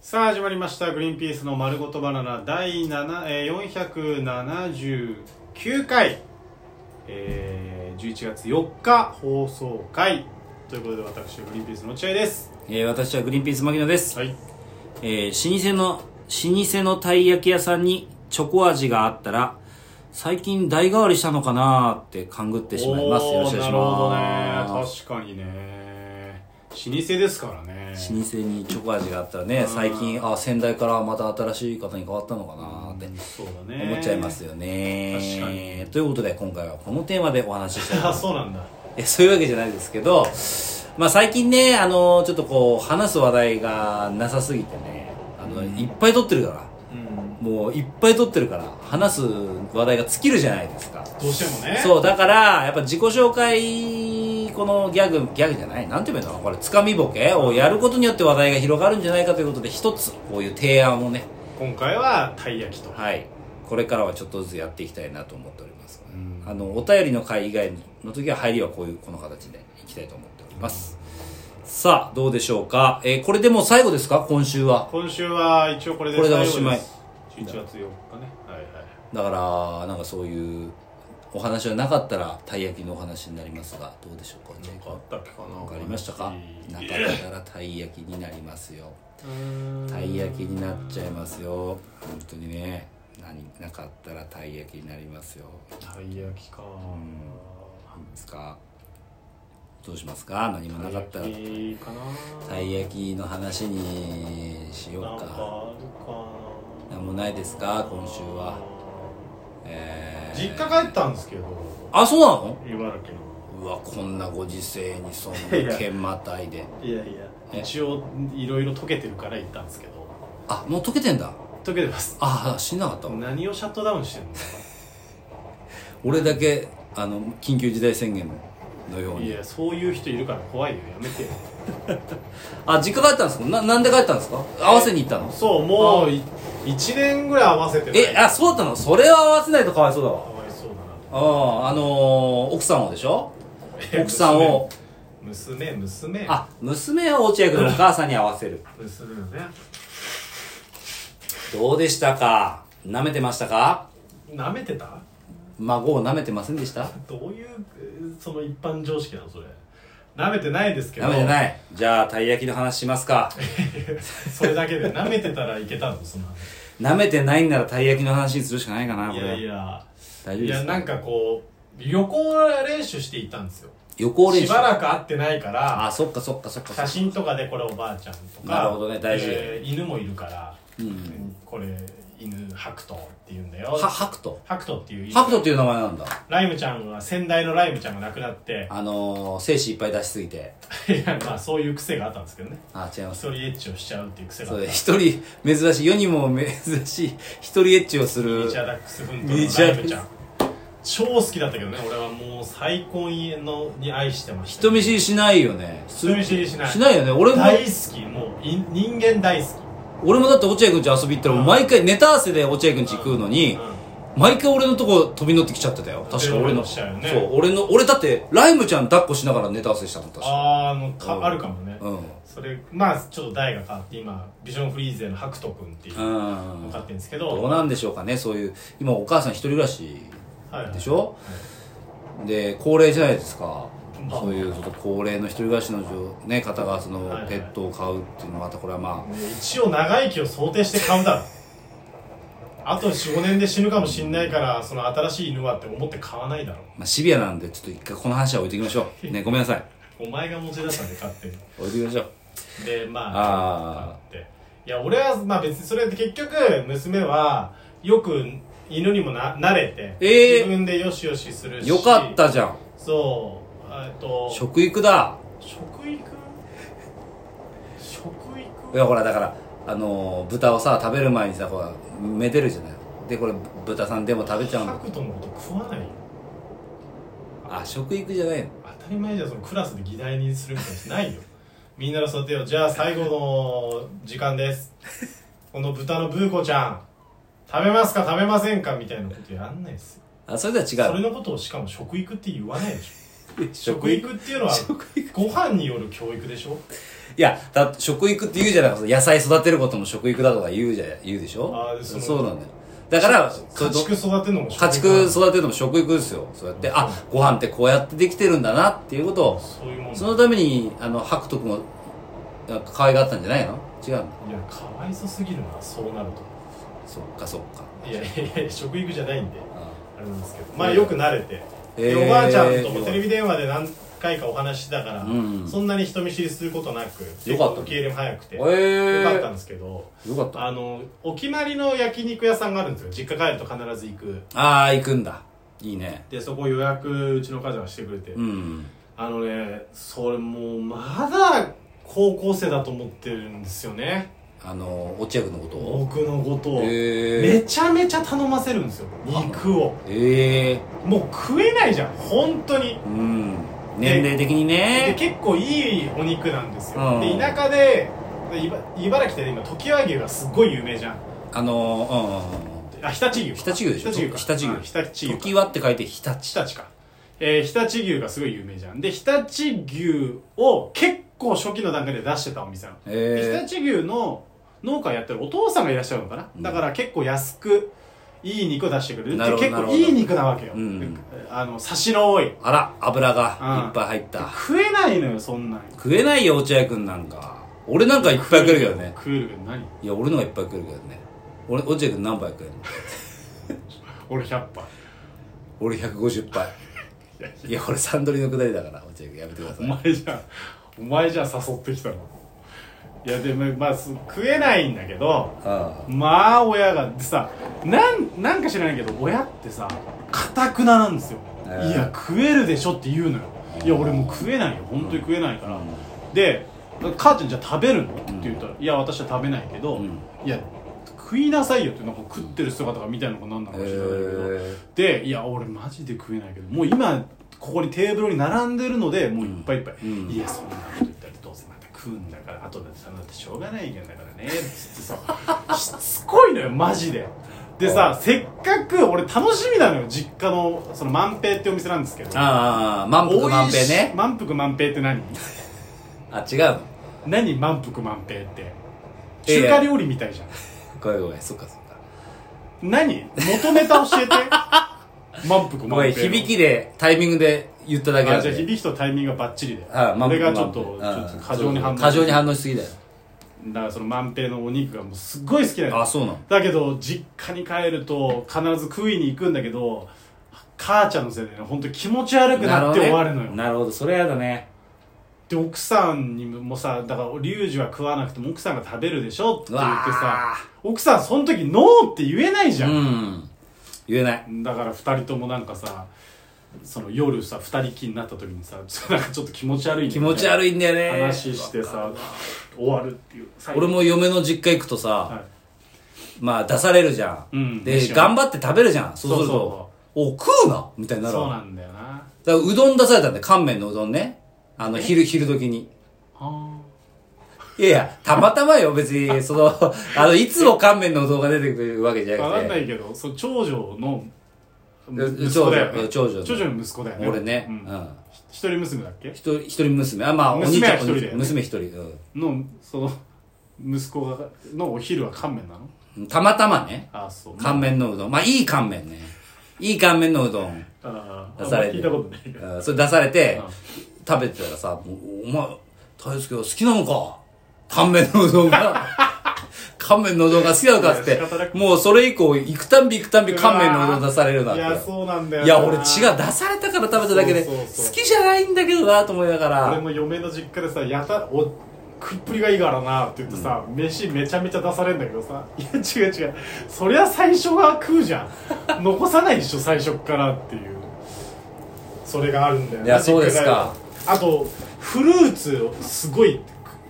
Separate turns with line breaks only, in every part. さあ始まりました「グリーンピースの丸ごとバナナ」第7えー479回、えー、11月4日放送回ということで私グリーンピースの落合です
えー私はグリーンピース牧野です、
はい
えー老舗の老舗のたい焼き屋さんにチョコ味があったら最近代替わりしたのかなーって勘ぐってしまいますよろしくお願い
なる
し
ほ
ま
どね
す
確かにね老舗ですからね
老舗にチョコ味があったらね最近あ先代からまた新しい方に変わったのかなーって
そうだね
思っちゃいますよね
確かに
ということで今回はこのテーマでお話ししたいと思います
あそうなんだ
えそういうわけじゃないですけど、まあ、最近ねあのちょっとこう話す話題がなさすぎてねあのいっぱい撮ってるから
うん
もういっぱい撮ってるから話す話題が尽きるじゃないですか
どうしてもね
そうだからやっぱ自己紹介このギャグギャグじゃないなんて言うんだろうこれつかみボケをやることによって話題が広がるんじゃないかということで一つこういう提案をね
今回はたい焼きと
はいこれからはちょっとずつやっていきたいなと思っております、
ん
あのお便りの回以外の時は入りはこういうこの形でいきたいと思っております、さあどうでしょうか、えーこれでもう最後ですか今週は
今週は一応これで
これでお
最後
しまい
です11月4日ねはいはい
だからなんかそういうお話はなかったらたい焼きのお話になりますがどうでしょうか
なんかあったっけかな
何かありましたかなかったらたい焼きになりますよたい焼きになっちゃいますよ本当にね何なかったらたい焼きになりますよ
たい焼きか
いいですかどうしますか何もなかったら
たい焼きかな
たい焼きの話にしよう
なんか
か
あるか
何もないですか今週
な
はえー、
実家帰ったんですけど
あそうなの
茨城の
うわこんなご時世にそん
いや
な剣またいで
いやいや
え
一応いろいろ溶けてるから行ったんですけど
あもう溶けてんだ
溶けてます
ああ死んなかったわ
何をシャットダウンしてんの
俺だけあの緊急事態宣言のよう
い
に
やそういう人いるから怖いよやめ てよ
あ実家帰ったんですかななんで帰ったんですか合わせに行ったの
そうもうい1年ぐらい合わせてない
えあそうだったのそれは合わせないとかわいそうだわ
かわいそうだな
あああのー、奥さんをでしょ
え
奥さんを
娘娘
あ娘を落合君のお母さんに合わせる
娘よね
どうでしたか舐めてましたか
なめてた
孫を舐めてませんでした
どういうえーその一般常識なのそれなめてないですけど
舐めてないじゃあたい焼きの話しますか
それだけでなめてたらいけたのそんな
舐めてないんならたい焼きの話にするしかないかないこ
や
れ
いや
大丈夫
い
です
やなんかこう旅行練習していったんですよ
予行練
し
習
ばらく会ってないから
あそっかそっかそっかそ
写
っか
真とかでこれおばあちゃんとか
なるほどね大事
えー犬もいるから、
うん
これ犬白桃っていうんだよ
はハクト
白桃っていう犬
ハクトっていう名前なんだ
ライムちゃんは先代のライムちゃんが亡くなって
あのー、精子いっぱい出しすぎて
いやまあそういう癖があったんですけどね
あ違いま
一
す
人エッチをしちゃうっていう癖があ
そ
っ
う
た
一人珍しい世にも珍しい一人エッチをす
ミ
る
ニチュアダックスフント
ミニチ
の
ュア
ラ
ダ
イム
ックス
ちゃん超好きだったけどね俺はもう最高にのに愛してました
人見知りしないよね
人見知りしない
しないよね俺も
大好きもうい人間大好き
俺もだって落合君ち遊び行ったら
うん
毎回ネタ合わせで落合君ち行くのに
う
毎回俺のとこ飛び乗ってきちゃってたよ確か俺の
し
そ
ちゃうよね
う俺の俺だってライムちゃん抱っこしながらネタ合わせしたの確か
あーあのか、
うん
あるかもね、
うんうん
それまあちょっと代が変わって今ビジョンフリーゼのハクト君っていうのがかってるんですけど、
どうなんでしょうかねそういう今お母さん一人暮らし
はいはい
でしょで高齢じゃないですか
うん
そういうちょっと高齢の一人暮らしの女、ね、方がその
はいはい
ペットを飼うっていうのはまたこれはまあ
ね一応長生きを想定して買うだろあと45年で死ぬかもしんないからその新しい犬はって思って買わないだろ
まあシビアなんでちょっと一回この話は置いていきましょ うねごめんなさい
お前が持ち出したんで買ってる
置いていきましょう
でまあ
あ
買っていや俺はまあ別にそれで結局娘はよく犬にもな慣れて、
えー
自分でよしよしするし
よかったじゃん
そうえっと
食育だ
食育食
い
育
やほらだからあのー豚をさ食べる前にさほらめでるじゃないでこれ豚さんでも食べちゃう
ハ
の
クトのこと食わないよ
あ食育じゃないの
当たり前じゃんそのクラスで議題にするみたいなのないよみんなの育てようじゃあ最後の時間 ですこの豚のブーコちゃん食べますか食べませんかみたいなことやんないですよ
あそれでは違
そうれのことをしかも食育って言わないでし食育っていうのはご飯による教育でしょ
いやだ食育って言うじゃないですか野菜育てることも食育だとか言うじゃ言うでしょ
あーその
そうなんだよだからそ
家
れと
畜育てるのも
家
食
畜
育
育てるのも食育ですよそうやってあご飯ってこうやってできてるんだなっていうことを
そういうもんだ
そのためにあの白く君をなんか可愛がったんじゃないの違
い
うの
やかわいそすぎるなそうなると
そっかそっか
いやいやいや食育じゃないんであれなんですけどまあ
えー
よく慣れて、で
えー
おばあちゃんともテレビ電話で何回かお話ししたから、
うん
そんなに人見知りすることなく
よかった
受け入れも早くて、
えー
よかったんですけど
よかった
あのお決まりの焼肉屋さんがあるんですよ実家帰ると必ず行く
ああ行くんだいいね
でそこ予約うちの母ちゃんがしてくれて、
うん
あのねそれもうまだ高校生だと思ってるんですよね
あの落合君のことを
僕のことを、
え
め
ー、
ちゃめちゃ頼ませるんですよ肉を
ええ
もう食えないじゃん本当に
ー、うん年齢的に
で
ね
結構いいお肉なんですよ、
うん
で田舎ででいば茨城で今常盤牛がすっごい有名じゃん
あのうんうんうんうん
あ日立牛か
日立牛でしょ
日立牛か
日立
あ日立
牛
牛
時はって書いて日立
日立か、えー日立牛がすごい有名じゃんで日立牛を結構初期の段階で出してたお店なの、で
え
日立牛の農家やってるお父さんがいらっしゃるのかな、
うん
だから結構安くいい肉を出してくれるっ
な
て
るほど
結
なる
構
ほど
いい肉なわけよ、
うん
であのサシの多い
ー、あら油がいっぱい入った、
食えないのよそんなん
食えないよ落合君なんか俺なんかいっぱい食えるけどね
食えるけど何
いや俺のがいっぱい食えるけどね俺落合君何杯食えるの
俺100杯
俺150杯 いや俺サンドリのくだりだから落合君やめてくださ
お
い
前じゃんお前じゃん誘ってきたのいやでもまあす食えないんだけど
あ
まあ親がでさなんなんか知らないけど親ってさかたくななんですよ、
ええ
いや食えるでしょって言うのよいや俺もう食えないよ本当に食えないから、で母ちゃんじゃあ食べるのって言ったら、いや私は食べないけど、
うん
いや食いなさいよってなんか食ってる姿が見たいのか何なの
あ
か知らないけど、
え
でいや俺マジで食えないけどもう今ここにテーブルに並んでるのでもういっぱいいっぱい、
うん
いやそんなこと言ったらどうせまた食うんだから後で頼んだってしょうがない意見だからねっつってさしつこいのよマジででさせっかく俺楽しみなのよ実家のその万平ってお店なんですけど
ー、ああ満腹満平ね
満腹満平って何
あ違うの
何満腹満平って
いや
中華料理みたいじゃん
ごめんごめんそっかそっか
何求めた 教えて満腹満平の
ごめん響きでタイミングで言っただけ
あ
なん
じゃあ
で
響きとタイミングがバッチリで
あ
これがちょっと
満腹
ち
満
ょっと
平
過剰に反応
うん過剰に反応しすぎだよ
だからその万平のお肉がもうすっごい好きなの
あそうなの
だけど実家に帰ると必ず食いに行くんだけど母ちゃんのせいでね本当気持ち悪くなって終わるのよ
なるほどそれやだね
で奥さんにもさだからリュウジは食わなくても奥さんが食べるでしょって
う
言
わ
ってさ
あ
奥さんその時ノーって言えないじゃ、
うんん言えない
だから二人ともなんかさその夜さ二人きりになった時にさちょっとなんかちょっと気持ち悪いね
気持ち悪いんだよね
話してさ終わるっていう
俺も嫁の実家行くとさ、
はい
まあ出されるじゃん、
うん
で
飯を
頑張って食べるじゃんそうす
そ
ると
うそ
お食うなみたいになる
そうな
わ
んだよな
だからうどん出されたんで乾麺のうどんねあの昼昼時に
あ
いやいやたまたまよ別にそのあのいつも乾麺のうどんが出てくるわけじゃ
分
な
か
く
んな
て
いけどそう長女の
うん
息子だよね
長女長女の
の息子だよね
俺ね、
う
うんん
ひ一人娘だっけ
一人一人娘あまあお兄ち
娘は
ゃん
一人だよね
娘一人、うん
のその息子がのお昼は乾麺なの
うん、たまたまね
あそう
乾麺のうどんまあいい乾麺ねいい乾麺のうどん
あー
出され
あんま
て
聞いたことないけど
うんそれ出されて食べてたらさ「もうお前大輔は好きなのか乾麺のうど んが乾麺のうどんが好きなのか」っつっ
い
て
や仕方なく
もうそれ以降行くたんび行くたんび乾麺のうどん出されるなっ
い
て
やそうなんだよない
や俺違う出されたから食べただけで
そ
好
うそうそう
きじゃないんだけどなと思いなが
俺
ら
も嫁の実家でさやたお食いっぷりがいいからなって言ってさ、飯めちゃめちゃ出されんだけどさ いや違う違うそりゃ最初は食うじゃ ん残さないでしょ最初っからっていうそれがあるんだよね
いやそうですか
実家があとフルーツをすごい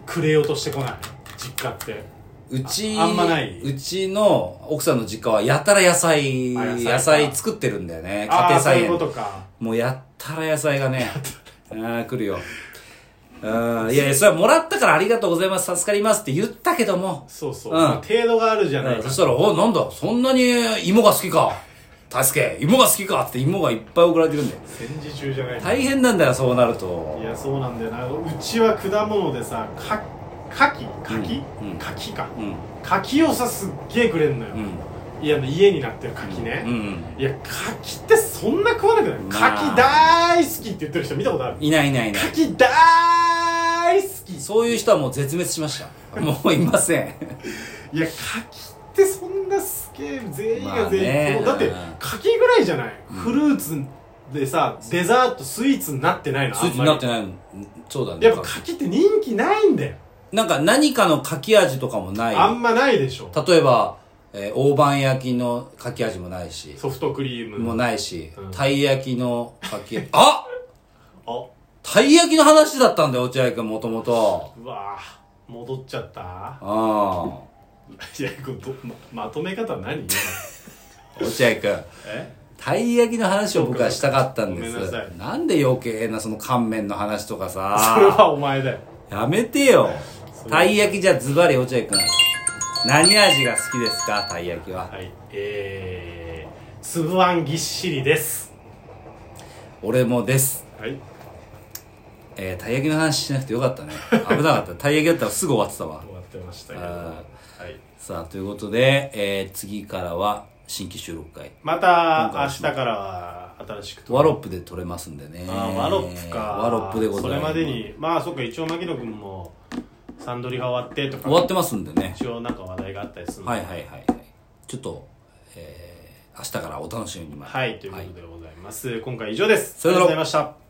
くれようとしてこない実家って
うち
ああんまないう
ちの奥さんの実家はやたら野菜
あ野菜か
野菜作ってるんだよね家
ああ
庭
そう
菜
いう
園
ことか
もうやったら野 菜がね、あー来るよ。うん、いやいや、それはもらったからありがとうございます、助かりますって言ったけども、
そうそう、
うん
まあ程度があるじゃない
うん
か
そしたら、お、なんだ、そんなに芋が好きか。 「助け芋が好きか!」って芋がいっぱい送られてくるんだよ
戦時中じゃない
大変なんだよそうなると
いやそうなんだよなうちは果物でさか柿柿、
うんうん
柿か
うん
柿をさすっげえくれんのよ、
うん
いや家になってる柿ね、
うん
いや柿ってそんな食わなくない、
まあ
柿大好きって言ってる人見たことある
いないいないいない
柿大好き
そういう人はもう絶滅しましたもういません
いや柿ってそんなすげえ全員
ま
が
あ
全
ね
員、もうだって
うん
柿ぐらいじゃない、
うん
フルーツでさデザートスイーツになってないの
数値になってないのそうだね
やっぱ柿って人気ないんだよ
なんか何かのかき味とかもない
あんまないでしょ
例えば、えー大判焼きのかき味もないし
ソフトクリーム
もうないし、
うん
たい焼きのかきあ
あ
たい焼きの話だったんだよ落合君もともと
うわぁ戻っちゃった
あ
いやこれどままとめ方何
あ落合君
え
たい焼きの話を僕はしたかったんで
ごめんなさ
す
い
なんで余計なその乾麺の話とか
それ
さ
はお前だよ
やめてよ
それは
たい焼きじゃズバリ落合君何味が好きですかたい焼きは
はいえーつぶあんぎっしりです
俺もです
はい
えー、たい焼きの話しなくてよかったね危なかったたい焼きだったらすぐ終わってたわ
終わってましたけどは
あ
い
さあということで、えー次からは新規収録会
また明日からは新しくと
ワロップで撮れますんでね
あーワロップか
ワロップでございます
それまでにまあそっか一応牧野君もサンドリが終わってとか
終わってますんでね
一応なんか話題があったりするの
はい
で
はいはいはいちょっと、えー明日からお楽しみにまで
はいということでございます今回以上です
さよなら
ありがとうございました